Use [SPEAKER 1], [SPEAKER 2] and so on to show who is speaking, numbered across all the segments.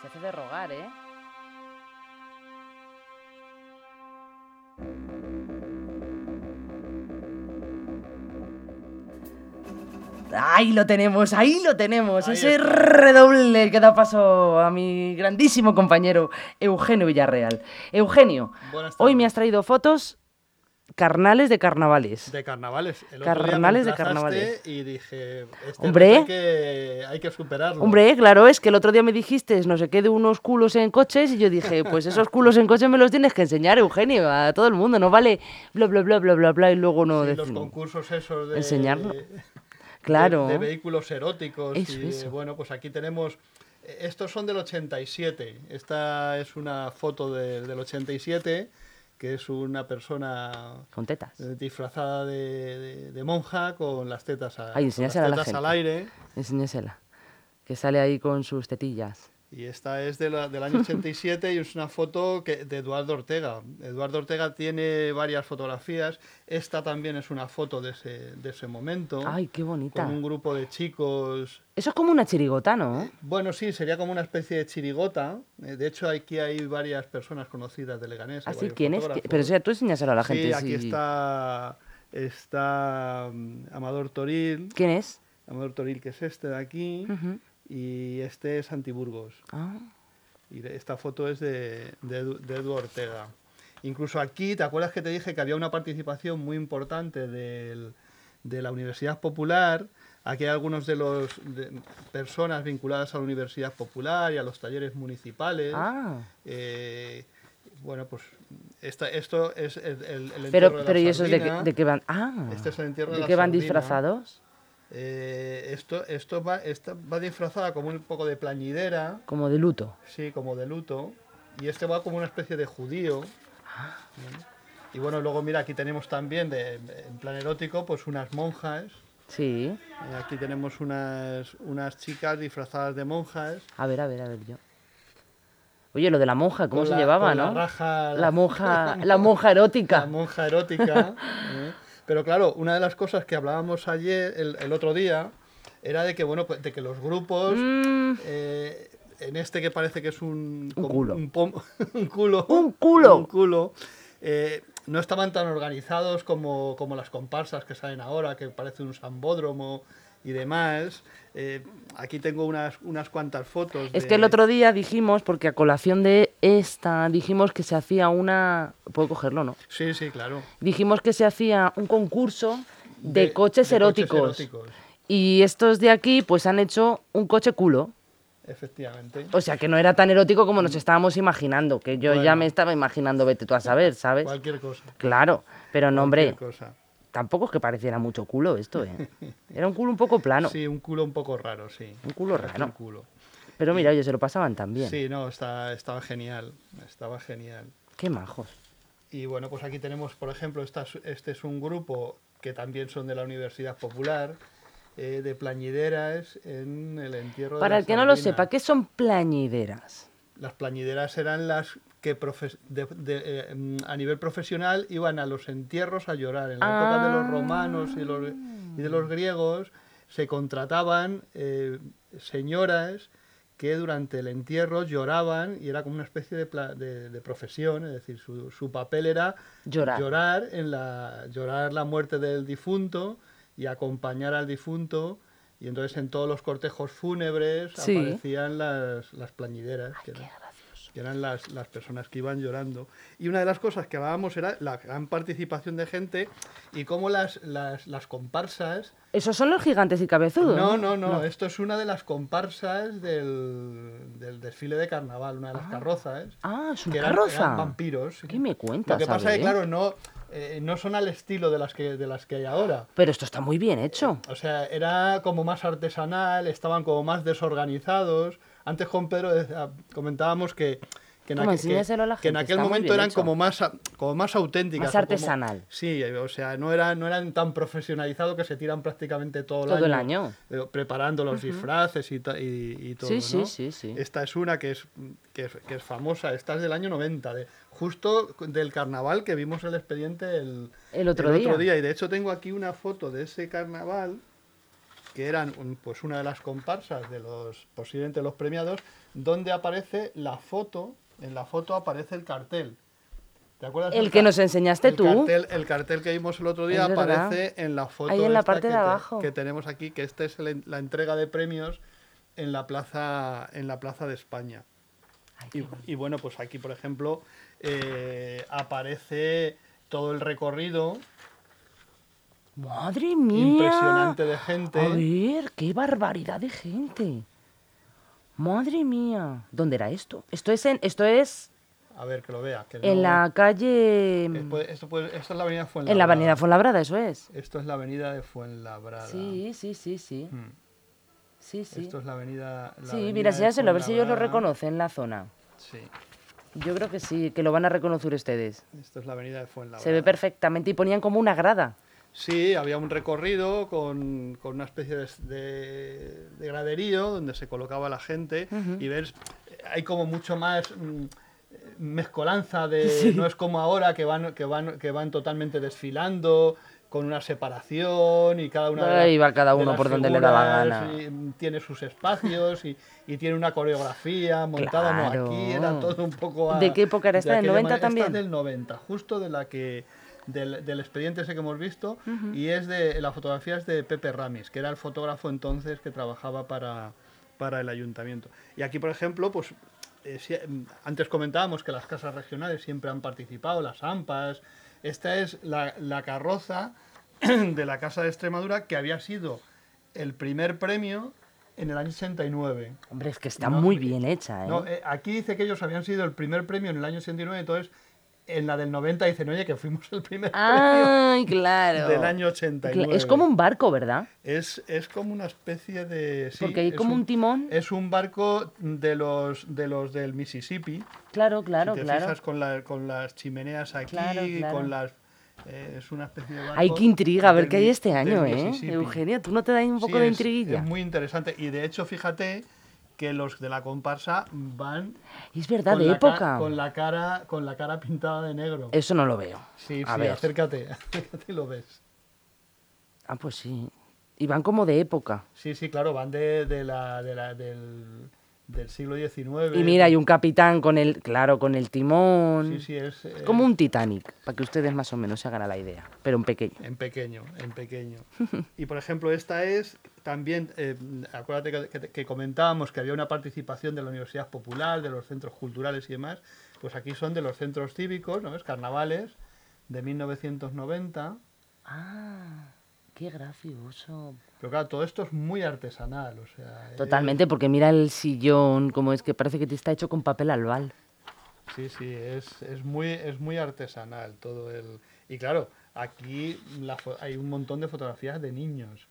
[SPEAKER 1] Se hace de rogar, ¿eh? Ahí lo tenemos, ahí lo tenemos.
[SPEAKER 2] Ahí
[SPEAKER 1] ese
[SPEAKER 2] está.
[SPEAKER 1] redoble que da paso a mi grandísimo compañero Eugenio Villarreal. Eugenio,
[SPEAKER 2] Buenas
[SPEAKER 1] hoy
[SPEAKER 2] tardes.
[SPEAKER 1] me has traído fotos carnales de carnavales.
[SPEAKER 2] De carnavales. El otro día me
[SPEAKER 1] Carnavales de
[SPEAKER 2] emplazaste
[SPEAKER 1] carnavales.
[SPEAKER 2] Y dije, este
[SPEAKER 1] Hombre.
[SPEAKER 2] reto hay que, hay que superarlo.
[SPEAKER 1] Hombre, claro, es que el otro día me dijiste, no sé qué, de unos culos en coches, y yo dije, pues esos culos en coches me los tienes que enseñar, Eugenio, a todo el mundo, no vale bla, bla, bla, bla, bla, bla, y luego no
[SPEAKER 2] Y los
[SPEAKER 1] decimos.
[SPEAKER 2] concursos esos de...
[SPEAKER 1] Enseñarlo.
[SPEAKER 2] de-
[SPEAKER 1] Claro.
[SPEAKER 2] De, vehículos eróticos.
[SPEAKER 1] Eso,
[SPEAKER 2] y,
[SPEAKER 1] eso.
[SPEAKER 2] Bueno, pues aquí tenemos... e-, Estos son del 87. Esta es una foto de- del 87, que es una persona
[SPEAKER 1] Con tetas.
[SPEAKER 2] eh, disfrazada de, de- de monja con las tetas, a-
[SPEAKER 1] Ay,
[SPEAKER 2] con las
[SPEAKER 1] enséñasela a la
[SPEAKER 2] tetas al
[SPEAKER 1] gente.
[SPEAKER 2] aire.
[SPEAKER 1] Enséñasela. Que sale ahí con sus tetillas.
[SPEAKER 2] Y esta es de la- del año 87 y es una foto que, de Eduardo Ortega. Eduardo Ortega tiene varias fotografías. Esta también es una foto de ese, de ese momento.
[SPEAKER 1] Ay, qué bonita.
[SPEAKER 2] Con un grupo de chicos.
[SPEAKER 1] Eso es como una chirigota, ¿no?
[SPEAKER 2] Bueno, sí, sería como una especie de chirigota. Eh, De hecho, aquí hay varias personas conocidas de Leganés. hay
[SPEAKER 1] Así,
[SPEAKER 2] varios
[SPEAKER 1] ¿Ah, ¿quién es?
[SPEAKER 2] fotógrafos.
[SPEAKER 1] Pero o sea, tú enséñaselo a la gente.
[SPEAKER 2] Sí, aquí
[SPEAKER 1] sí.
[SPEAKER 2] está, está mm, Amador Toril.
[SPEAKER 1] ¿Quién es?
[SPEAKER 2] Amador Toril, que es este de aquí.
[SPEAKER 1] Ujú.
[SPEAKER 2] Y este es Antiburgos.
[SPEAKER 1] Ah,
[SPEAKER 2] Y de- esta foto es de, de, Edu- de Edu Ortega. Incluso aquí, ¿te acuerdas que te dije que había una participación muy importante del- de la Universidad Popular? Aquí hay algunos de los de- personas vinculadas a la Universidad Popular y a los talleres municipales.
[SPEAKER 1] ah.
[SPEAKER 2] Eh, bueno, pues esta- esto es el, el- el entierro de
[SPEAKER 1] Pero,
[SPEAKER 2] la
[SPEAKER 1] pero ¿y esos de, qué-
[SPEAKER 2] sardina.
[SPEAKER 1] de qué van? Ah.
[SPEAKER 2] Este es el entierro de
[SPEAKER 1] ¿De
[SPEAKER 2] la
[SPEAKER 1] qué van
[SPEAKER 2] sardina.
[SPEAKER 1] disfrazados?
[SPEAKER 2] Eh, esto, esto va, esta va disfrazada como un poco de plañidera.
[SPEAKER 1] Como de luto.
[SPEAKER 2] Sí, como de luto. Y este va como una especie de judío. Y bueno, luego mira, aquí tenemos también, de, en plan erótico, pues unas monjas.
[SPEAKER 1] Sí.
[SPEAKER 2] Eh, Aquí tenemos unas, unas chicas disfrazadas de monjas.
[SPEAKER 1] A ver, a ver, a ver yo. Oye, lo de la monja, ¿cómo
[SPEAKER 2] con
[SPEAKER 1] se
[SPEAKER 2] la-
[SPEAKER 1] llevaba,
[SPEAKER 2] con
[SPEAKER 1] no?
[SPEAKER 2] La, raja,
[SPEAKER 1] La monja, la monja erótica.
[SPEAKER 2] la monja erótica. ¿eh? Pero claro, una de las cosas que hablábamos ayer, el, el otro día, era de que, bueno, pues, de que los grupos,
[SPEAKER 1] Mm,
[SPEAKER 2] eh, en este que parece que es un... como
[SPEAKER 1] culo.
[SPEAKER 2] Un, pom- un culo.
[SPEAKER 1] Un culo.
[SPEAKER 2] Un culo. eh, no estaban tan organizados como, como las comparsas que salen ahora, que parece un sambódromo y demás. Eh, aquí tengo unas, unas cuantas fotos.
[SPEAKER 1] es
[SPEAKER 2] de-
[SPEAKER 1] que el otro día dijimos, porque a colación de esta, dijimos que se hacía una. Puedo cogerlo, ¿no?
[SPEAKER 2] Sí, sí, claro.
[SPEAKER 1] Dijimos que se hacía un concurso de, coches,
[SPEAKER 2] de
[SPEAKER 1] eróticos.
[SPEAKER 2] eróticos,
[SPEAKER 1] Y estos de aquí, pues han hecho un coche culo.
[SPEAKER 2] Efectivamente.
[SPEAKER 1] O sea, que no era tan erótico como nos estábamos imaginando. Que yo ya
[SPEAKER 2] Bueno.
[SPEAKER 1] me estaba imaginando, vete tú a saber, ¿sabes?
[SPEAKER 2] Cualquier cosa.
[SPEAKER 1] Claro, pero no, hombre,
[SPEAKER 2] cualquier cosa.
[SPEAKER 1] tampoco es que pareciera mucho culo esto, ¿eh? Era un culo un poco plano.
[SPEAKER 2] Sí, un culo un poco raro, sí.
[SPEAKER 1] ah, Un culo
[SPEAKER 2] Parece
[SPEAKER 1] raro.
[SPEAKER 2] Un culo.
[SPEAKER 1] Pero mira, oye, se lo pasaban también.
[SPEAKER 2] Sí, no, está, estaba genial. Estaba genial.
[SPEAKER 1] Qué majos.
[SPEAKER 2] Y bueno, pues aquí tenemos, por ejemplo, esta es- este es un grupo que también son de la Universidad Popular, eh, de plañideras en el entierro de
[SPEAKER 1] Para
[SPEAKER 2] la
[SPEAKER 1] el que no lo
[SPEAKER 2] sardina.
[SPEAKER 1] sepa, ¿qué son plañideras?
[SPEAKER 2] Las plañideras eran las que profes- de- de, eh, mm, a nivel profesional iban a los entierros a llorar. En la época de los romanos y, los- y de
[SPEAKER 1] Ah.
[SPEAKER 2] los griegos se contrataban eh, señoras que durante el entierro lloraban y era como una especie de, pla- de- de profesión, es decir, su, su papel era
[SPEAKER 1] Llorar.
[SPEAKER 2] en la, llorar la muerte del difunto y acompañar al difunto. Y entonces en todos los cortejos fúnebres
[SPEAKER 1] Sí.
[SPEAKER 2] aparecían las, las plañideras. que eran- que eran las, las personas que iban llorando. Y una de las cosas que hablábamos era la gran participación de gente y cómo las, las, las comparsas...
[SPEAKER 1] Esos son los gigantes y cabezudos.
[SPEAKER 2] No, no, eh. no, esto es una de las comparsas del, del desfile de carnaval, una de las carrozas.
[SPEAKER 1] Ah, es una
[SPEAKER 2] que eran, eran
[SPEAKER 1] carroza.
[SPEAKER 2] vampiros.
[SPEAKER 1] ¿Qué me cuentas,
[SPEAKER 2] Lo que
[SPEAKER 1] Abel?
[SPEAKER 2] pasa es
[SPEAKER 1] ¿eh?
[SPEAKER 2] que, claro, no, eh, no son al estilo de las que, de las que hay ahora.
[SPEAKER 1] Pero esto está muy bien hecho.
[SPEAKER 2] O sea, era como más artesanal, estaban como más desorganizados. Antes con Pedro eh, comentábamos que, que en,
[SPEAKER 1] Toma,
[SPEAKER 2] aqu- que-
[SPEAKER 1] enséñaselo a la
[SPEAKER 2] que en
[SPEAKER 1] gente,
[SPEAKER 2] aquel
[SPEAKER 1] está muy
[SPEAKER 2] momento
[SPEAKER 1] bien
[SPEAKER 2] eran
[SPEAKER 1] hecho.
[SPEAKER 2] como más, a- como más auténticas.
[SPEAKER 1] Más
[SPEAKER 2] o como-
[SPEAKER 1] artesanal.
[SPEAKER 2] sí, eh, o sea, no, era, no eran tan profesionalizados que se tiran prácticamente todo el
[SPEAKER 1] Todo el año.
[SPEAKER 2] año. eh, Preparando los disfraces y, ta- y- y todo.
[SPEAKER 1] Sí, sí,
[SPEAKER 2] ¿no?
[SPEAKER 1] sí, sí.
[SPEAKER 2] Esta es una que es, que es, que es famosa, esta es del año 90, de, justo del carnaval que vimos el expediente el,
[SPEAKER 1] El otro día.
[SPEAKER 2] Y de hecho tengo aquí una foto de ese carnaval que eran un- pues una de las comparsas de los posiblemente los premiados, donde aparece la foto, en la foto aparece el cartel. ¿Te acuerdas?
[SPEAKER 1] El
[SPEAKER 2] del
[SPEAKER 1] que
[SPEAKER 2] car-
[SPEAKER 1] nos enseñaste
[SPEAKER 2] el
[SPEAKER 1] ¿Este tú.
[SPEAKER 2] Cartel, el cartel que vimos el otro día
[SPEAKER 1] Es verdad.
[SPEAKER 2] aparece en la foto
[SPEAKER 1] Ahí en la
[SPEAKER 2] esta
[SPEAKER 1] parte
[SPEAKER 2] que
[SPEAKER 1] de
[SPEAKER 2] te-
[SPEAKER 1] abajo.
[SPEAKER 2] que tenemos aquí, que esta es el- la entrega de premios en la plaza, en la plaza de España.
[SPEAKER 1] Ay, qué
[SPEAKER 2] Y,
[SPEAKER 1] bonito.
[SPEAKER 2] y bueno, pues aquí, por ejemplo, eh, aparece todo el recorrido
[SPEAKER 1] Madre mía.
[SPEAKER 2] impresionante de gente.
[SPEAKER 1] A ver, qué barbaridad de gente. Madre mía. ¿Dónde era esto? Esto es en, esto es
[SPEAKER 2] A ver, que lo vea. que
[SPEAKER 1] en
[SPEAKER 2] no-
[SPEAKER 1] la calle. mm,
[SPEAKER 2] que puede- esto, puede- esto es la avenida Fuenlabrada.
[SPEAKER 1] En la avenida Fuenlabrada, eso es.
[SPEAKER 2] Esto es la avenida de Fuenlabrada.
[SPEAKER 1] Sí, sí, sí, sí.
[SPEAKER 2] Mm.
[SPEAKER 1] Sí, sí.
[SPEAKER 2] Esto es la avenida. la
[SPEAKER 1] Sí,
[SPEAKER 2] avenida
[SPEAKER 1] mira,
[SPEAKER 2] de
[SPEAKER 1] enséñaselo, a ver si ellos lo
[SPEAKER 2] Fuenlabrada.
[SPEAKER 1] reconocen la zona.
[SPEAKER 2] Sí,
[SPEAKER 1] Yo creo que sí, que lo van a reconocer ustedes.
[SPEAKER 2] esto es la avenida de Fuenlabrada.
[SPEAKER 1] Se ve perfectamente y ponían como una grada.
[SPEAKER 2] Sí, había un recorrido con, con una especie de, de- de graderío donde se colocaba la gente y ves, hay como mucho más mm, eh, mezcolanza de, no es como ahora que van, que van, que van totalmente desfilando con una separación y cada una de
[SPEAKER 1] Ahí
[SPEAKER 2] las-
[SPEAKER 1] va cada
[SPEAKER 2] de
[SPEAKER 1] uno
[SPEAKER 2] las
[SPEAKER 1] por donde le da la
[SPEAKER 2] figuras
[SPEAKER 1] gana.
[SPEAKER 2] y, mm, tiene sus espacios y, y tiene una coreografía montada
[SPEAKER 1] Claro.
[SPEAKER 2] no aquí, era todo un poco a-
[SPEAKER 1] ¿De qué época era esta?
[SPEAKER 2] de
[SPEAKER 1] ¿Del
[SPEAKER 2] aquella
[SPEAKER 1] 90
[SPEAKER 2] manera. Esta es
[SPEAKER 1] también?
[SPEAKER 2] del 90, justo de la que del, del expediente ese que hemos visto y es de la fotografía es de Pepe Ramis, que era el fotógrafo entonces que trabajaba para, para el ayuntamiento. Y aquí, por ejemplo, pues eh, si- mm, antes comentábamos que las casas regionales siempre han participado, las AMPAs. Esta es la, la carroza de la Casa de Extremadura que había sido el primer premio en el año 69.
[SPEAKER 1] Hombre, es que está
[SPEAKER 2] No,
[SPEAKER 1] muy
[SPEAKER 2] eh,
[SPEAKER 1] bien hecha, ¿eh?
[SPEAKER 2] No, eh, aquí dice que ellos habían sido el primer premio en el año 89, entonces en la del 90 dicen, oye, que fuimos el primer
[SPEAKER 1] Ay, Ah,
[SPEAKER 2] premio
[SPEAKER 1] claro.
[SPEAKER 2] del año
[SPEAKER 1] Cla-
[SPEAKER 2] 89.
[SPEAKER 1] Es como un barco, ¿verdad?
[SPEAKER 2] Es, es como una especie de... sí,
[SPEAKER 1] Porque hay
[SPEAKER 2] es
[SPEAKER 1] como un timón.
[SPEAKER 2] Es un barco de los, de los del Mississippi.
[SPEAKER 1] Claro, claro,
[SPEAKER 2] si te
[SPEAKER 1] claro.
[SPEAKER 2] fijas con, la- con las chimeneas aquí,
[SPEAKER 1] Claro, claro.
[SPEAKER 2] con las... eh, es una especie de barco...
[SPEAKER 1] Ay, qué intriga, a ver
[SPEAKER 2] del
[SPEAKER 1] qué hay
[SPEAKER 2] mi-
[SPEAKER 1] este
[SPEAKER 2] del
[SPEAKER 1] año, ¿eh?
[SPEAKER 2] Mississippi.
[SPEAKER 1] Eugenia, ¿tú no te das un poco
[SPEAKER 2] Sí,
[SPEAKER 1] de
[SPEAKER 2] es-
[SPEAKER 1] intriguilla?
[SPEAKER 2] Es muy interesante. Y de hecho, fíjate que los de la comparsa van
[SPEAKER 1] Es verdad,
[SPEAKER 2] con
[SPEAKER 1] de
[SPEAKER 2] la ca-
[SPEAKER 1] época.
[SPEAKER 2] con la cara, con la cara pintada de negro.
[SPEAKER 1] Eso no lo veo.
[SPEAKER 2] Sí,
[SPEAKER 1] A
[SPEAKER 2] sí,
[SPEAKER 1] ver.
[SPEAKER 2] acércate, acércate y lo ves.
[SPEAKER 1] Ah, pues sí. Y van como de época.
[SPEAKER 2] Sí, sí, claro, van de, de la, de la- del, del siglo XIX.
[SPEAKER 1] Y mira, hay un capitán con el, claro, con el timón.
[SPEAKER 2] Sí, sí, es eh,
[SPEAKER 1] Como un Titanic, para que ustedes más o menos se hagan a la idea, pero en pequeño.
[SPEAKER 2] en pequeño, en pequeño. Y por ejemplo, esta es también, eh, acuérdate que, que- que comentábamos que había una participación de la Universidad Popular, de los centros culturales y demás, pues aquí son de los centros cívicos, ¿no? Es carnavales de 1990.
[SPEAKER 1] Ah, qué gracioso.
[SPEAKER 2] Pero claro, todo esto es muy artesanal, o sea... es-
[SPEAKER 1] Totalmente, porque mira el sillón, como es que parece que te está hecho con papel albal.
[SPEAKER 2] Sí, sí, es, es, muy, es muy artesanal todo el... Y claro, aquí la fo- hay un montón de fotografías de niños.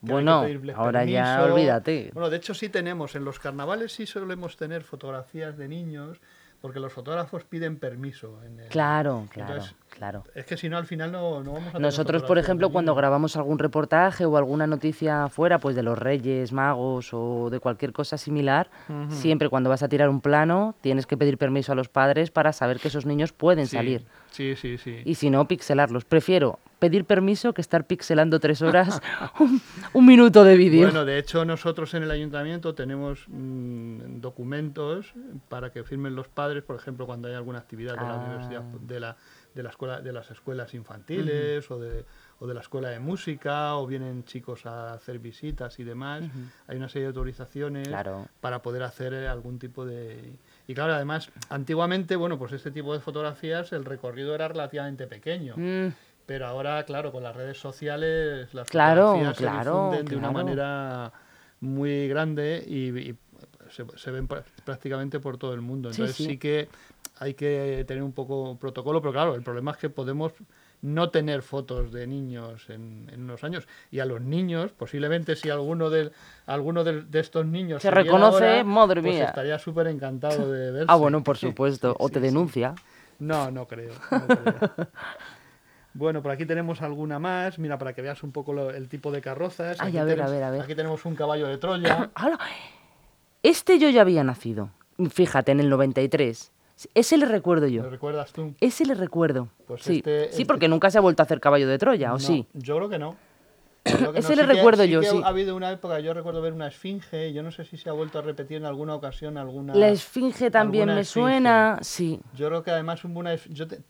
[SPEAKER 2] que hay que
[SPEAKER 1] Bueno,
[SPEAKER 2] pedirles
[SPEAKER 1] ahora ya olvídate.
[SPEAKER 2] Bueno, de hecho sí tenemos, en los carnavales sí solemos tener fotografías de niños, porque los fotógrafos piden permiso. en el-
[SPEAKER 1] Claro, claro,
[SPEAKER 2] Entonces,
[SPEAKER 1] claro.
[SPEAKER 2] Es que si no, al final no, no vamos a tener
[SPEAKER 1] Nosotros, por
[SPEAKER 2] fotografías
[SPEAKER 1] ejemplo,
[SPEAKER 2] de
[SPEAKER 1] cuando
[SPEAKER 2] niños.
[SPEAKER 1] grabamos algún reportaje o alguna noticia fuera, pues de los Reyes, Magos o de cualquier cosa similar, siempre cuando vas a tirar un plano tienes que pedir permiso a los padres para saber que esos niños pueden
[SPEAKER 2] Sí,
[SPEAKER 1] salir.
[SPEAKER 2] Sí, sí, sí.
[SPEAKER 1] Y si no, pixelarlos. Prefiero pedir permiso que estar pixelando tres horas un, un minuto de vídeo.
[SPEAKER 2] Bueno, de hecho nosotros en el ayuntamiento tenemos mm, documentos para que firmen los padres, por ejemplo, cuando hay alguna actividad de la
[SPEAKER 1] Ah.
[SPEAKER 2] universidad, de la, de la escuela, de las escuelas infantiles o de o de la escuela de música, o vienen chicos a hacer visitas y demás. Hay una serie de autorizaciones
[SPEAKER 1] Claro.
[SPEAKER 2] para poder hacer eh, algún tipo de... Y claro, además, antiguamente, bueno, pues este tipo de fotografías, el recorrido era relativamente pequeño.
[SPEAKER 1] Mm,
[SPEAKER 2] Pero ahora, claro, con las redes sociales, las
[SPEAKER 1] Claro,
[SPEAKER 2] fotografías se
[SPEAKER 1] claro,
[SPEAKER 2] difunden de una
[SPEAKER 1] claro.
[SPEAKER 2] manera muy grande y, y se, se ven pra- prácticamente por todo el mundo.
[SPEAKER 1] Sí,
[SPEAKER 2] Entonces sí,
[SPEAKER 1] sí.
[SPEAKER 2] que hay que tener un poco un protocolo, pero claro, el problema es que podemos no tener fotos de niños en, en unos años. Y a los niños, posiblemente si alguno de, alguno de, de estos niños
[SPEAKER 1] Se
[SPEAKER 2] viera
[SPEAKER 1] reconoce, madre
[SPEAKER 2] pues
[SPEAKER 1] mía.
[SPEAKER 2] estaría súper encantado de verse.
[SPEAKER 1] Ah, bueno, por supuesto. o te
[SPEAKER 2] sí, sí.
[SPEAKER 1] denuncia.
[SPEAKER 2] No, no creo. no creo. bueno, por aquí tenemos alguna más. Mira, para que veas un poco lo- el tipo de carrozas.
[SPEAKER 1] Ay,
[SPEAKER 2] Aquí
[SPEAKER 1] a ver,
[SPEAKER 2] tenemos-
[SPEAKER 1] a ver, a ver.
[SPEAKER 2] Aquí tenemos un caballo de Troya.
[SPEAKER 1] Ahora, Este yo ya había nacido. Fíjate, en el 93. Ese le recuerdo
[SPEAKER 2] ¿Lo
[SPEAKER 1] yo.
[SPEAKER 2] recuerdas tú?
[SPEAKER 1] Ese le recuerdo.
[SPEAKER 2] Pues
[SPEAKER 1] sí.
[SPEAKER 2] este-
[SPEAKER 1] sí, porque nunca se ha vuelto a hacer caballo de Troya, ¿o
[SPEAKER 2] No,
[SPEAKER 1] sí?
[SPEAKER 2] Yo creo que no. Lo que
[SPEAKER 1] Ese
[SPEAKER 2] no,
[SPEAKER 1] le
[SPEAKER 2] sí que-
[SPEAKER 1] recuerdo
[SPEAKER 2] sí
[SPEAKER 1] yo,
[SPEAKER 2] que
[SPEAKER 1] sí.
[SPEAKER 2] Ha habido una época, yo recuerdo ver una esfinge, yo no sé si se ha vuelto a repetir en alguna ocasión alguna.
[SPEAKER 1] La esfinge también
[SPEAKER 2] alguna
[SPEAKER 1] me
[SPEAKER 2] esfinge.
[SPEAKER 1] suena, sí.
[SPEAKER 2] Yo creo que además hubo una. esf- Yo te-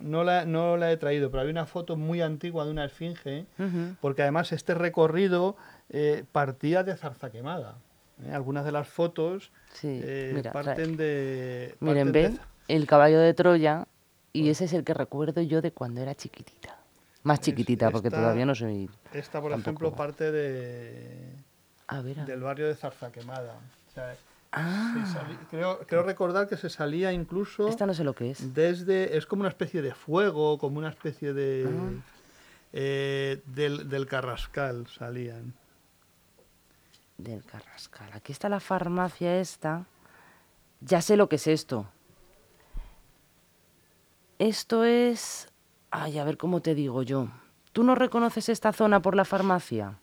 [SPEAKER 2] no, la, no la he traído, pero había una foto muy antigua de una esfinge,
[SPEAKER 1] Ujú.
[SPEAKER 2] porque además este recorrido eh, partía de zarza quemada. ¿eh? Algunas de las fotos
[SPEAKER 1] Sí,
[SPEAKER 2] eh,
[SPEAKER 1] mira, trae.
[SPEAKER 2] parten de.
[SPEAKER 1] Miren,
[SPEAKER 2] parten de
[SPEAKER 1] ven
[SPEAKER 2] za-
[SPEAKER 1] el caballo de Troya y ese es el que recuerdo yo de cuando era chiquitita. Más
[SPEAKER 2] Es-
[SPEAKER 1] chiquitita, porque
[SPEAKER 2] esta-
[SPEAKER 1] todavía no soy...
[SPEAKER 2] Esta, por
[SPEAKER 1] Tampoco
[SPEAKER 2] ejemplo,
[SPEAKER 1] va.
[SPEAKER 2] parte de,
[SPEAKER 1] A ver, ah, a-
[SPEAKER 2] del barrio de Zarza Quemada. O sea,
[SPEAKER 1] Ah,
[SPEAKER 2] se sali- creo, creo recordar que se salía incluso
[SPEAKER 1] esta no sé lo que es.
[SPEAKER 2] desde. Es como una especie de fuego, como una especie de.
[SPEAKER 1] Ah.
[SPEAKER 2] eh, del, del Carrascal salían.
[SPEAKER 1] Del Carrascal. Aquí está la farmacia esta. Ya sé lo que es esto. Esto es... Ay, a ver cómo te digo yo. ¿Tú no reconoces esta zona por la farmacia?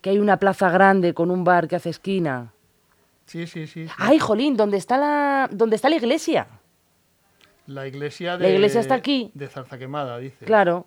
[SPEAKER 1] Que hay una plaza grande con un bar que hace esquina.
[SPEAKER 2] Sí, sí, sí. sí.
[SPEAKER 1] ¡Ay, jolín! ¿Dónde está la, dónde está la iglesia?
[SPEAKER 2] La iglesia de.
[SPEAKER 1] La iglesia está aquí.
[SPEAKER 2] De Zarza Quemada, dice.
[SPEAKER 1] Claro.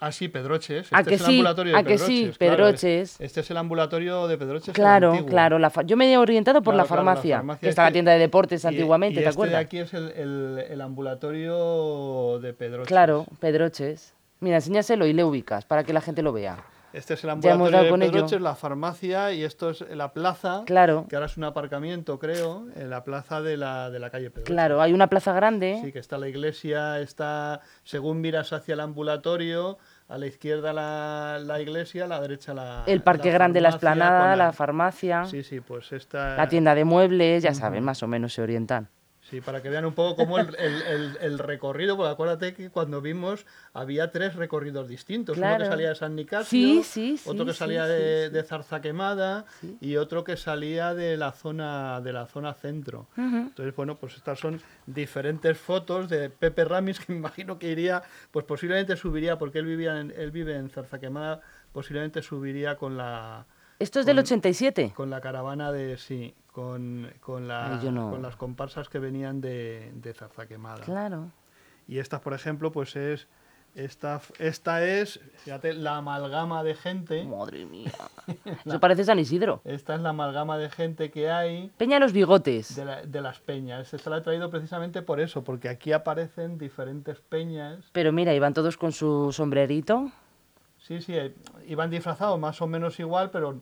[SPEAKER 2] Ah, sí, Pedroches.
[SPEAKER 1] ¿A
[SPEAKER 2] este
[SPEAKER 1] que
[SPEAKER 2] es el
[SPEAKER 1] sí?
[SPEAKER 2] ambulatorio de
[SPEAKER 1] ¿A que sí?
[SPEAKER 2] Pedroches, claro, es-
[SPEAKER 1] Pedroches.
[SPEAKER 2] este es el ambulatorio de Pedroches. el
[SPEAKER 1] Claro,
[SPEAKER 2] antiguo.
[SPEAKER 1] claro. la fa- Yo me he orientado por la
[SPEAKER 2] Claro, claro, la
[SPEAKER 1] farmacia.
[SPEAKER 2] farmacia
[SPEAKER 1] que
[SPEAKER 2] es
[SPEAKER 1] estaba la
[SPEAKER 2] que-
[SPEAKER 1] tienda de deportes
[SPEAKER 2] Y-
[SPEAKER 1] antiguamente,
[SPEAKER 2] y
[SPEAKER 1] ¿te
[SPEAKER 2] este de
[SPEAKER 1] acuerdas?
[SPEAKER 2] aquí es el, el- el ambulatorio de Pedroches.
[SPEAKER 1] Claro, Pedroches. Mira, enséñaselo y le ubicas para que la gente lo vea.
[SPEAKER 2] Este es el
[SPEAKER 1] Ya hemos
[SPEAKER 2] ambulatorio
[SPEAKER 1] dado
[SPEAKER 2] de
[SPEAKER 1] con ello.
[SPEAKER 2] Pedroches, la farmacia y esto es la plaza,
[SPEAKER 1] Claro,
[SPEAKER 2] que ahora es un aparcamiento, creo, en la plaza de la, de la calle Pedroches.
[SPEAKER 1] claro, hay una plaza grande.
[SPEAKER 2] Sí, que está la iglesia, está, según miras hacia el ambulatorio, a la izquierda la, la iglesia, a la derecha la...
[SPEAKER 1] el parque
[SPEAKER 2] la
[SPEAKER 1] grande, la
[SPEAKER 2] farmacia
[SPEAKER 1] esplanada,
[SPEAKER 2] con
[SPEAKER 1] la farmacia,
[SPEAKER 2] Sí, sí, pues esta...
[SPEAKER 1] la tienda de muebles, ya saben, más o menos se orientan.
[SPEAKER 2] Sí, para que vean un poco cómo el, el- el- el recorrido, porque acuérdate que cuando vimos había tres recorridos distintos. Uno
[SPEAKER 1] Claro.
[SPEAKER 2] que salía de San Nicasio,
[SPEAKER 1] Sí, sí, sí,
[SPEAKER 2] otro que
[SPEAKER 1] sí,
[SPEAKER 2] salía
[SPEAKER 1] sí,
[SPEAKER 2] de,
[SPEAKER 1] sí.
[SPEAKER 2] de Zarza Quemada y otro que salía de la zona, de la zona centro.
[SPEAKER 1] Ujú.
[SPEAKER 2] Entonces, bueno, pues estas son diferentes fotos de Pepe Ramis, que me imagino que iría, pues posiblemente subiría, porque él, vivía en- él vive en Zarza Quemada, posiblemente subiría con la,
[SPEAKER 1] Esto es del
[SPEAKER 2] Con-
[SPEAKER 1] 87.
[SPEAKER 2] con la caravana de, sí, con, con, la-
[SPEAKER 1] Ay, yo no.
[SPEAKER 2] con las comparsas que venían de, de Zarza Quemada.
[SPEAKER 1] Claro.
[SPEAKER 2] Y estas, por ejemplo, pues es, esta, esta es, fíjate, la amalgama de gente.
[SPEAKER 1] Madre mía. Eso parece San Isidro.
[SPEAKER 2] Esta es la amalgama de gente que hay
[SPEAKER 1] Peña de los bigotes.
[SPEAKER 2] de, la- de las peñas. Esta la he traído precisamente por eso, porque aquí aparecen diferentes peñas.
[SPEAKER 1] Pero mira, iban todos con su sombrerito.
[SPEAKER 2] Sí, sí, eh, iban disfrazados más o menos igual, pero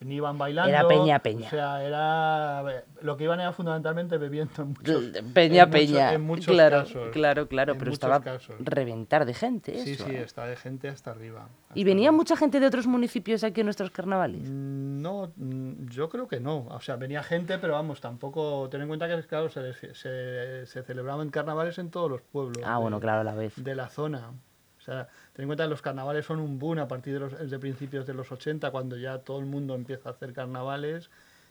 [SPEAKER 2] ni iban bailando.
[SPEAKER 1] Era peña, peña.
[SPEAKER 2] O sea, era... Lo que iban era fundamentalmente bebiendo en muchos,
[SPEAKER 1] Peña,
[SPEAKER 2] en mucho-
[SPEAKER 1] peña.
[SPEAKER 2] en muchos
[SPEAKER 1] claro,
[SPEAKER 2] casos.
[SPEAKER 1] claro, claro,
[SPEAKER 2] En
[SPEAKER 1] pero
[SPEAKER 2] muchos
[SPEAKER 1] estaba
[SPEAKER 2] casos.
[SPEAKER 1] reventar de gente.
[SPEAKER 2] Sí,
[SPEAKER 1] eso,
[SPEAKER 2] sí,
[SPEAKER 1] ¿eh?
[SPEAKER 2] está de gente hasta arriba.
[SPEAKER 1] ¿Y
[SPEAKER 2] hasta
[SPEAKER 1] venía
[SPEAKER 2] arriba.
[SPEAKER 1] mucha gente de otros municipios aquí en nuestros carnavales?
[SPEAKER 2] Mm, No, mm, yo creo que no. O sea, venía gente, pero vamos, tampoco. Ten en cuenta que, claro, se, se, se celebraban carnavales en todos los pueblos.
[SPEAKER 1] Ah,
[SPEAKER 2] de-
[SPEAKER 1] bueno, claro, a la vez.
[SPEAKER 2] de la zona. O sea, ten en cuenta que los carnavales son un boom a partir de, los, de principios de los 80, cuando ya todo el mundo empieza a hacer carnavales.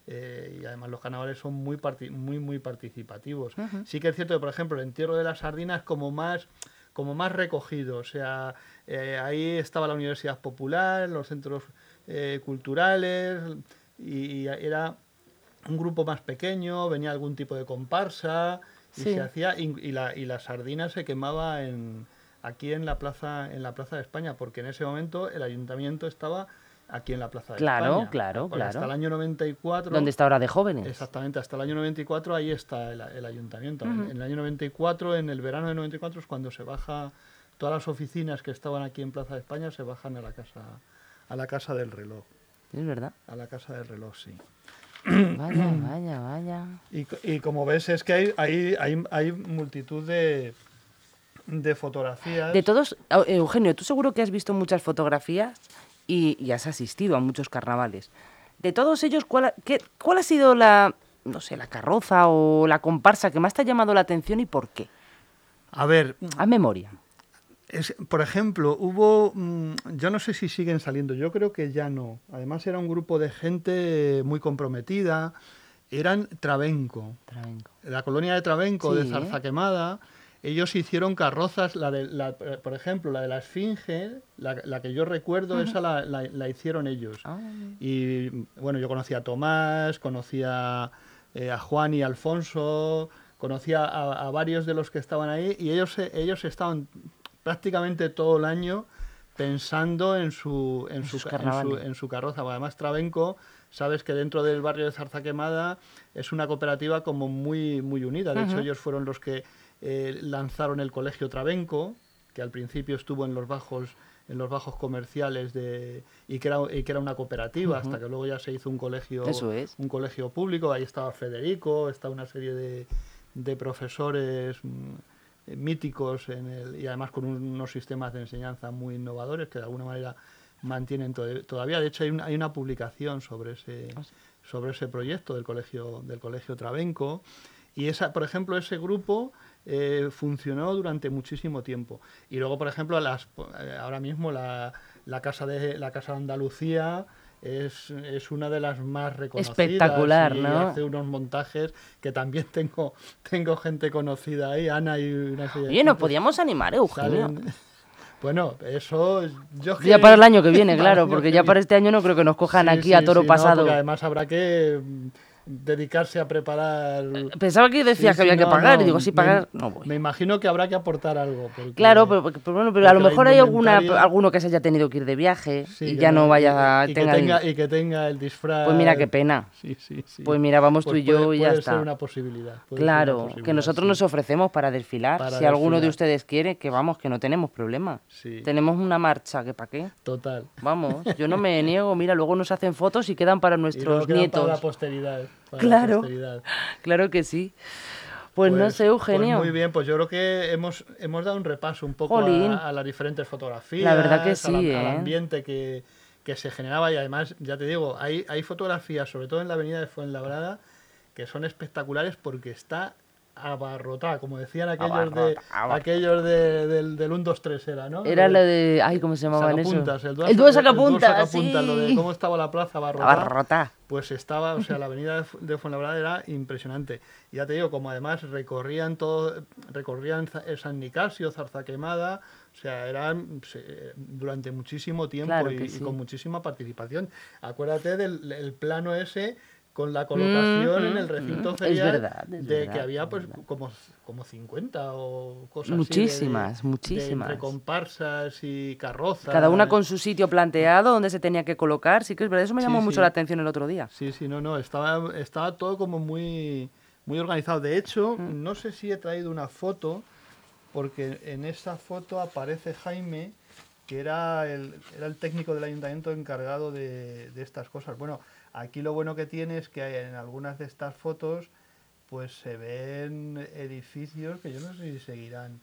[SPEAKER 2] eh, y además los carnavales son muy, parti- muy, muy participativos. Sí que es cierto que, por ejemplo, el entierro de las sardinas como más como más recogido, o sea, eh, ahí estaba la Universidad Popular, los centros eh, culturales, y, y era un grupo más pequeño, venía algún tipo de comparsa y
[SPEAKER 1] Sí.
[SPEAKER 2] se hacía y, y la, y la sardina se quemaba en aquí en la plaza en la plaza de España porque en ese momento el ayuntamiento estaba aquí en la plaza de
[SPEAKER 1] Claro,
[SPEAKER 2] España.
[SPEAKER 1] claro,
[SPEAKER 2] Porque Hasta el
[SPEAKER 1] claro.
[SPEAKER 2] año 94
[SPEAKER 1] ¿Dónde está ahora de jóvenes?
[SPEAKER 2] Exactamente, hasta el año 94 ahí está el, el ayuntamiento. En- En el año 94, en el verano de 94 es cuando se baja todas las oficinas que estaban aquí en Plaza de España se bajan a la casa a la casa del reloj,
[SPEAKER 1] Es verdad.
[SPEAKER 2] a la casa del reloj, sí.
[SPEAKER 1] Vaya, vaya, vaya.
[SPEAKER 2] Y, co- y como ves, es que hay, hay, hay, hay multitud de, de fotografías.
[SPEAKER 1] De todos, au- eh, Eugenio, tú seguro que has visto muchas fotografías y, y has asistido a muchos carnavales. De todos ellos, ¿cuál ha, qué- cuál ha sido la, no sé, la carroza o la comparsa que más te ha llamado la atención y por qué?
[SPEAKER 2] Mm. A ver,
[SPEAKER 1] A memoria.
[SPEAKER 2] es- por ejemplo, hubo, mm, yo no sé si siguen saliendo, yo creo que ya no. Además era un grupo de gente muy comprometida, eran Trabenco,
[SPEAKER 1] Travenco.
[SPEAKER 2] la colonia de Trabenco de
[SPEAKER 1] Sí.
[SPEAKER 2] Zarza Quemada. Ellos hicieron carrozas, la de, la- por ejemplo, la de la Esfinge, la, la que yo recuerdo, esa la, la- la hicieron ellos.
[SPEAKER 1] Ah.
[SPEAKER 2] Y bueno, yo conocía a Tomás, conocía eh, a Juan y Alfonso, conocía a, a varios de los que estaban ahí y ellos, se- ellos estaban prácticamente todo el año pensando en su, en su,
[SPEAKER 1] sus
[SPEAKER 2] ca- en su-
[SPEAKER 1] carnavales.
[SPEAKER 2] en su carroza. Además, Trabenco, sabes que dentro del barrio de Zarza Quemada es una cooperativa como muy, muy unida. De hecho, ellos fueron los que eh, lanzaron el colegio Trabenco, que al principio estuvo en los bajos en los bajos comerciales de y que era, y que era una cooperativa hasta que luego ya se hizo un colegio
[SPEAKER 1] Eso es.
[SPEAKER 2] un colegio público ahí estaba Federico está una serie de, de profesores mm, eh, míticos en el, y además con un- unos sistemas de enseñanza muy innovadores que de alguna manera mantienen to- todavía. De hecho, hay una, hay una publicación sobre ese, sobre ese proyecto del colegio, del colegio Trabenco. Y esa, por ejemplo, ese grupo eh, funcionó durante muchísimo tiempo. Y luego, por ejemplo, las, po- eh, ahora mismo la, la casa de la casa de Andalucía es, es una de las más reconocidas.
[SPEAKER 1] Espectacular,
[SPEAKER 2] y
[SPEAKER 1] ¿no?
[SPEAKER 2] hace unos montajes que también tengo, tengo gente conocida ahí, Ana y una serie de
[SPEAKER 1] Oye, nos
[SPEAKER 2] gente.
[SPEAKER 1] podíamos animar, Eugenio.
[SPEAKER 2] Salen- Bueno, eso yo
[SPEAKER 1] Ya para el año que viene,
[SPEAKER 2] Para el
[SPEAKER 1] claro,
[SPEAKER 2] año
[SPEAKER 1] porque
[SPEAKER 2] que
[SPEAKER 1] ya
[SPEAKER 2] viene.
[SPEAKER 1] para este año no creo que nos cojan
[SPEAKER 2] Sí,
[SPEAKER 1] aquí
[SPEAKER 2] sí,
[SPEAKER 1] a toro
[SPEAKER 2] sí, no,
[SPEAKER 1] pasado.
[SPEAKER 2] porque además habrá que mm, dedicarse a preparar.
[SPEAKER 1] Pensaba que Eh, decías
[SPEAKER 2] Sí,
[SPEAKER 1] que
[SPEAKER 2] sí,
[SPEAKER 1] había que
[SPEAKER 2] no,
[SPEAKER 1] pagar,
[SPEAKER 2] no,
[SPEAKER 1] y digo, sí,
[SPEAKER 2] me-
[SPEAKER 1] pagar, no voy.
[SPEAKER 2] Me imagino que habrá que aportar algo. porque-
[SPEAKER 1] Claro, pero, porque- pero bueno, pero a
[SPEAKER 2] porque
[SPEAKER 1] lo
[SPEAKER 2] Eh, la
[SPEAKER 1] mejor hay alguna,
[SPEAKER 2] indumentaria-
[SPEAKER 1] alguno que se haya tenido que ir de viaje
[SPEAKER 2] sí,
[SPEAKER 1] y
[SPEAKER 2] que
[SPEAKER 1] ya no vaya a...
[SPEAKER 2] y que
[SPEAKER 1] tenga
[SPEAKER 2] tenga-
[SPEAKER 1] dinero.
[SPEAKER 2] y que tenga el disfraz.
[SPEAKER 1] Pues mira, qué pena.
[SPEAKER 2] Sí, sí, sí.
[SPEAKER 1] Pues mira, vamos tú
[SPEAKER 2] Pues
[SPEAKER 1] y yo
[SPEAKER 2] puede-
[SPEAKER 1] y ya
[SPEAKER 2] puede
[SPEAKER 1] está.
[SPEAKER 2] Ser una posibilidad. puede ser una
[SPEAKER 1] Claro, que
[SPEAKER 2] posibilidad,
[SPEAKER 1] nosotros
[SPEAKER 2] sí.
[SPEAKER 1] nos ofrecemos para desfilar.
[SPEAKER 2] Para
[SPEAKER 1] si alguno de
[SPEAKER 2] desfilar.
[SPEAKER 1] ustedes quiere, que vamos, que no tenemos problema.
[SPEAKER 2] Sí,
[SPEAKER 1] Tenemos una marcha, que para qué.
[SPEAKER 2] total.
[SPEAKER 1] Vamos, yo no me niego. Mira, luego nos hacen fotos y quedan para
[SPEAKER 2] Y luego
[SPEAKER 1] nuestros
[SPEAKER 2] queda
[SPEAKER 1] nietos.
[SPEAKER 2] Para la posteridad. para la
[SPEAKER 1] Claro.
[SPEAKER 2] posteridad.
[SPEAKER 1] Claro que sí. Pues, no sé,
[SPEAKER 2] pues
[SPEAKER 1] Eugenio.
[SPEAKER 2] muy bien, pues yo creo que hemos, hemos dado un repaso un poco
[SPEAKER 1] Jolín.
[SPEAKER 2] a, a las diferentes fotografías,
[SPEAKER 1] La verdad que
[SPEAKER 2] a la-
[SPEAKER 1] sí,
[SPEAKER 2] al
[SPEAKER 1] ¿eh?
[SPEAKER 2] ambiente que, que se generaba y además, ya te digo, hay, hay fotografías, sobre todo en la avenida de Fuenlabrada, que son espectaculares porque está abarrotada, como decían aquellos de
[SPEAKER 1] Abarrota, abarrota.
[SPEAKER 2] aquellos de- del, del 1, 2, 3 era, ¿no?
[SPEAKER 1] Era lo de... Ay, ¿cómo se llamaban eso?
[SPEAKER 2] Sacapuntas, el,
[SPEAKER 1] el dúo
[SPEAKER 2] sacapuntas,
[SPEAKER 1] sacapuntas,
[SPEAKER 2] lo de
[SPEAKER 1] sí.
[SPEAKER 2] cómo estaba la plaza abarrotada
[SPEAKER 1] Abarrotá.
[SPEAKER 2] pues estaba, o sea, la avenida de Fu- de Fuenlabrada era impresionante. Y ya te digo, como además recorrían todo, recorrían Za- eh, San Nicasio, Zarza Quemada, o sea, eran se- durante muchísimo tiempo
[SPEAKER 1] Claro
[SPEAKER 2] y,
[SPEAKER 1] que
[SPEAKER 2] y
[SPEAKER 1] sí.
[SPEAKER 2] con muchísima participación. Acuérdate del el plano ese con la colocación en el recinto
[SPEAKER 1] mm, es
[SPEAKER 2] ferial
[SPEAKER 1] verdad, es
[SPEAKER 2] de que
[SPEAKER 1] verdad,
[SPEAKER 2] había
[SPEAKER 1] es
[SPEAKER 2] pues como, como 50 o cosas
[SPEAKER 1] Muchísimas,
[SPEAKER 2] así de- de-
[SPEAKER 1] muchísimas.
[SPEAKER 2] entre comparsas y carrozas
[SPEAKER 1] Cada una con su sitio planteado, donde se tenía que colocar. Sí que es verdad, eso me
[SPEAKER 2] Sí,
[SPEAKER 1] llamó mucho
[SPEAKER 2] sí.
[SPEAKER 1] la atención el otro día.
[SPEAKER 2] Sí, sí, no, no, estaba, estaba todo como muy, muy organizado. De hecho, no sé si he traído una foto, porque en esa foto aparece Jaime, que era el, era el técnico del ayuntamiento encargado de, de estas cosas. Bueno, aquí lo bueno que tiene es que en algunas de estas fotos pues se ven edificios que yo no sé si seguirán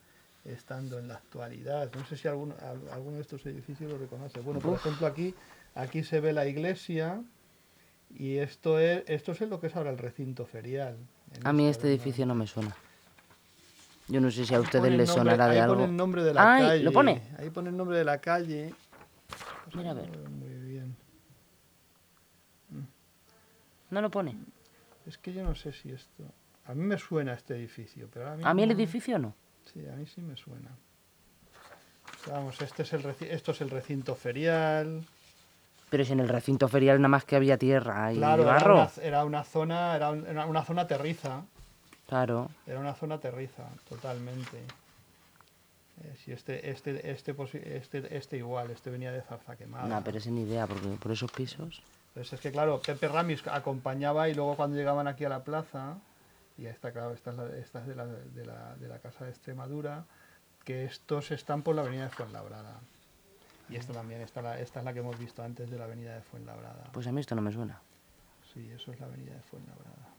[SPEAKER 2] estando en la actualidad. No sé si alguno, al- alguno de estos edificios lo reconoce. Bueno, por ejemplo, aquí, aquí se ve la iglesia. Y esto es, esto es lo que es ahora el recinto ferial. En
[SPEAKER 1] A mí
[SPEAKER 2] esta
[SPEAKER 1] este
[SPEAKER 2] zona.
[SPEAKER 1] edificio no me suena. Yo no sé si a
[SPEAKER 2] Pone
[SPEAKER 1] ustedes
[SPEAKER 2] el
[SPEAKER 1] les
[SPEAKER 2] nombre-
[SPEAKER 1] sonará de
[SPEAKER 2] ahí
[SPEAKER 1] algo.
[SPEAKER 2] Pone el nombre de la
[SPEAKER 1] Ay,
[SPEAKER 2] calle.
[SPEAKER 1] ¿lo pone?
[SPEAKER 2] Ahí pone el nombre de la calle.
[SPEAKER 1] Mira, a ver.
[SPEAKER 2] Muy bien.
[SPEAKER 1] No lo pone.
[SPEAKER 2] Mm. Es que yo no sé si esto. A mí me suena este edificio, pero ahora
[SPEAKER 1] A mí el
[SPEAKER 2] mismo-
[SPEAKER 1] edificio no.
[SPEAKER 2] Sí, a mí sí me suena. Vamos, este es el reci- esto es el recinto ferial.
[SPEAKER 1] Pero si en el recinto ferial nada más que había tierra y
[SPEAKER 2] Claro, era
[SPEAKER 1] barro.
[SPEAKER 2] una, era una zona, era un- era una zona terriza.
[SPEAKER 1] Claro.
[SPEAKER 2] Era una zona terriza, totalmente. Eh, si este, este, este, posi- este, este igual, este venía de zarza quemada.
[SPEAKER 1] No, pero es ni idea, porque por esos pisos.
[SPEAKER 2] Pues es que claro, Pepe Ramis acompañaba y luego cuando llegaban aquí a la plaza, y esta claro, esta es, la- esta es de, la, de, la, de la Casa de Extremadura, que estos están por la avenida de Fuenlabrada. Y esta también, esta, la- esta es la que hemos visto antes de la avenida de Fuenlabrada.
[SPEAKER 1] Pues a mí esto no me suena.
[SPEAKER 2] Sí, eso es la avenida de Fuenlabrada.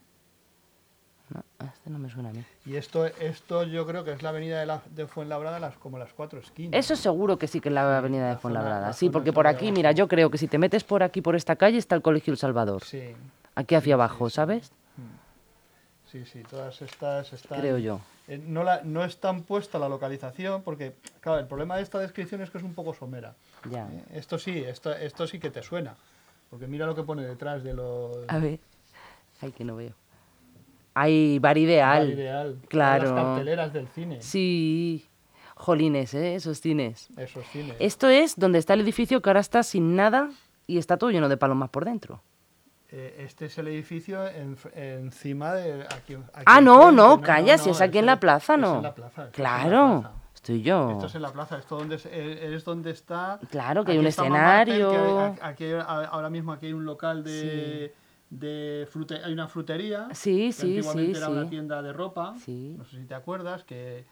[SPEAKER 1] No, este no me suena a mí.
[SPEAKER 2] Y esto, esto yo creo que es la avenida de, la, de Fuenlabrada las, como las cuatro esquinas.
[SPEAKER 1] Eso seguro que sí que es la avenida de
[SPEAKER 2] la zona-
[SPEAKER 1] Fuenlabrada.
[SPEAKER 2] la
[SPEAKER 1] Sí,
[SPEAKER 2] zona
[SPEAKER 1] porque
[SPEAKER 2] esa
[SPEAKER 1] por
[SPEAKER 2] de
[SPEAKER 1] aquí,
[SPEAKER 2] abajo.
[SPEAKER 1] mira, yo creo que si te metes por aquí, por esta calle, está el Colegio El Salvador.
[SPEAKER 2] Sí,
[SPEAKER 1] Aquí hacia abajo, ¿sabes?
[SPEAKER 2] sí, sí, todas estas están...
[SPEAKER 1] Creo yo.
[SPEAKER 2] Eh, no, la, no es tan puesta la localización, porque, claro, el problema de esta descripción es que es un poco somera.
[SPEAKER 1] Ya.
[SPEAKER 2] Eh, Esto sí, esto, esto sí que te suena. Porque mira lo que pone detrás de los
[SPEAKER 1] A ver. Ay, que no veo. Ay, bar
[SPEAKER 2] Bar
[SPEAKER 1] Ah, ideal.
[SPEAKER 2] ideal.
[SPEAKER 1] Claro.
[SPEAKER 2] Las carteleras del cine.
[SPEAKER 1] Sí. Jolines, ¿eh? Esos cines.
[SPEAKER 2] Esos cines.
[SPEAKER 1] Esto es donde está el edificio que ahora está sin nada y está todo lleno de palomas por dentro.
[SPEAKER 2] Eh, este es el edificio en- encima de. Aquí, aquí
[SPEAKER 1] Ah, no,
[SPEAKER 2] enfrente.
[SPEAKER 1] no, calla, si es aquí en
[SPEAKER 2] ese-
[SPEAKER 1] la plaza,
[SPEAKER 2] este es
[SPEAKER 1] no.
[SPEAKER 2] en la plaza, este es en la
[SPEAKER 1] Claro,
[SPEAKER 2] plaza.
[SPEAKER 1] Estoy yo.
[SPEAKER 2] Esto es en la plaza, esto donde es, eh, es donde está.
[SPEAKER 1] Claro, que hay un
[SPEAKER 2] está Mamá Martel,
[SPEAKER 1] escenario.
[SPEAKER 2] que hay- aquí hay- a- ahora mismo aquí hay un local de, de frute- hay una frutería.
[SPEAKER 1] Sí,
[SPEAKER 2] que
[SPEAKER 1] sí,
[SPEAKER 2] antiguamente
[SPEAKER 1] sí,
[SPEAKER 2] era
[SPEAKER 1] sí.
[SPEAKER 2] una tienda de ropa.
[SPEAKER 1] Sí.
[SPEAKER 2] No sé si te acuerdas que,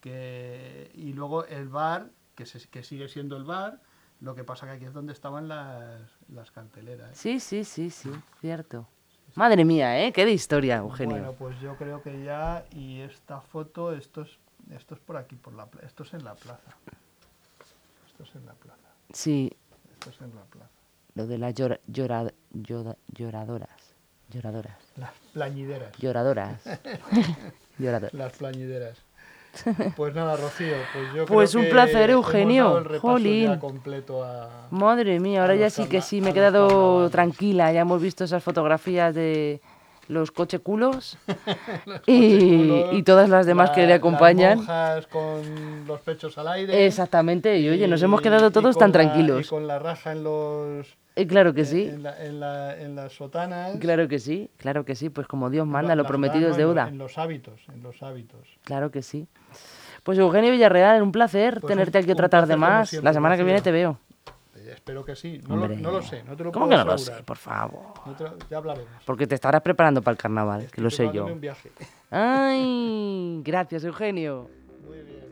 [SPEAKER 2] que- y luego el bar que, se- que sigue siendo el bar. Lo que pasa que aquí es donde estaban las, las carteleras.
[SPEAKER 1] Sí, sí, sí, sí, cierto. Madre mía, ¿eh? Qué de historia, Eugenio.
[SPEAKER 2] Bueno, pues yo creo que ya y esta foto, esto es, esto es por aquí, por la, pla- esto es en la plaza. Esto es en la plaza.
[SPEAKER 1] Sí,
[SPEAKER 2] Esto es en la plaza.
[SPEAKER 1] lo de las llora- llora- llora- lloradoras. Lloradoras.
[SPEAKER 2] Las plañideras.
[SPEAKER 1] Lloradoras. lloradoras.
[SPEAKER 2] Las plañideras. Pues nada, Rocío, pues yo
[SPEAKER 1] Pues
[SPEAKER 2] creo
[SPEAKER 1] un
[SPEAKER 2] que
[SPEAKER 1] placer,
[SPEAKER 2] hemos
[SPEAKER 1] Eugenio.
[SPEAKER 2] dado el repaso
[SPEAKER 1] Jolín.
[SPEAKER 2] ya completo a...
[SPEAKER 1] Madre mía, ahora
[SPEAKER 2] A
[SPEAKER 1] ya
[SPEAKER 2] los
[SPEAKER 1] sí que
[SPEAKER 2] carna-
[SPEAKER 1] sí,
[SPEAKER 2] a
[SPEAKER 1] me he
[SPEAKER 2] los
[SPEAKER 1] quedado
[SPEAKER 2] carnavales.
[SPEAKER 1] tranquila. Ya hemos visto esas fotografías de los cocheculos y, y todas las demás que
[SPEAKER 2] la-
[SPEAKER 1] le acompañan.
[SPEAKER 2] Las monjas con los pechos al aire.
[SPEAKER 1] Exactamente, y oye, nos hemos
[SPEAKER 2] y-
[SPEAKER 1] quedado
[SPEAKER 2] y
[SPEAKER 1] todos
[SPEAKER 2] con
[SPEAKER 1] tan
[SPEAKER 2] la- Y
[SPEAKER 1] tranquilos.
[SPEAKER 2] con la raja en los...
[SPEAKER 1] Eh, claro que sí,
[SPEAKER 2] En, la- en la- en las sotanas.
[SPEAKER 1] claro que sí, claro que sí, pues como Dios
[SPEAKER 2] La-
[SPEAKER 1] manda, lo
[SPEAKER 2] la
[SPEAKER 1] prometido es
[SPEAKER 2] sotana, en lo-
[SPEAKER 1] deuda.
[SPEAKER 2] En los hábitos, en los hábitos.
[SPEAKER 1] Claro que sí. Pues Eugenio Villarreal, un placer
[SPEAKER 2] Pues
[SPEAKER 1] tenerte
[SPEAKER 2] un-
[SPEAKER 1] aquí
[SPEAKER 2] un
[SPEAKER 1] otra tarde
[SPEAKER 2] placer como
[SPEAKER 1] más.
[SPEAKER 2] siempre,
[SPEAKER 1] La semana que viene
[SPEAKER 2] Rocío.
[SPEAKER 1] te veo.
[SPEAKER 2] Eh, Espero que sí. No, lo,
[SPEAKER 1] Hombre.
[SPEAKER 2] no lo sé, no te lo
[SPEAKER 1] ¿Cómo que
[SPEAKER 2] puedo
[SPEAKER 1] no lo
[SPEAKER 2] asegurar.
[SPEAKER 1] sé? Por favor.
[SPEAKER 2] No te lo- ya hablaremos.
[SPEAKER 1] Porque te estarás preparando para el carnaval, que lo sé
[SPEAKER 2] Preparándome
[SPEAKER 1] yo.
[SPEAKER 2] un viaje.
[SPEAKER 1] Ay, gracias Eugenio.
[SPEAKER 2] Muy bien.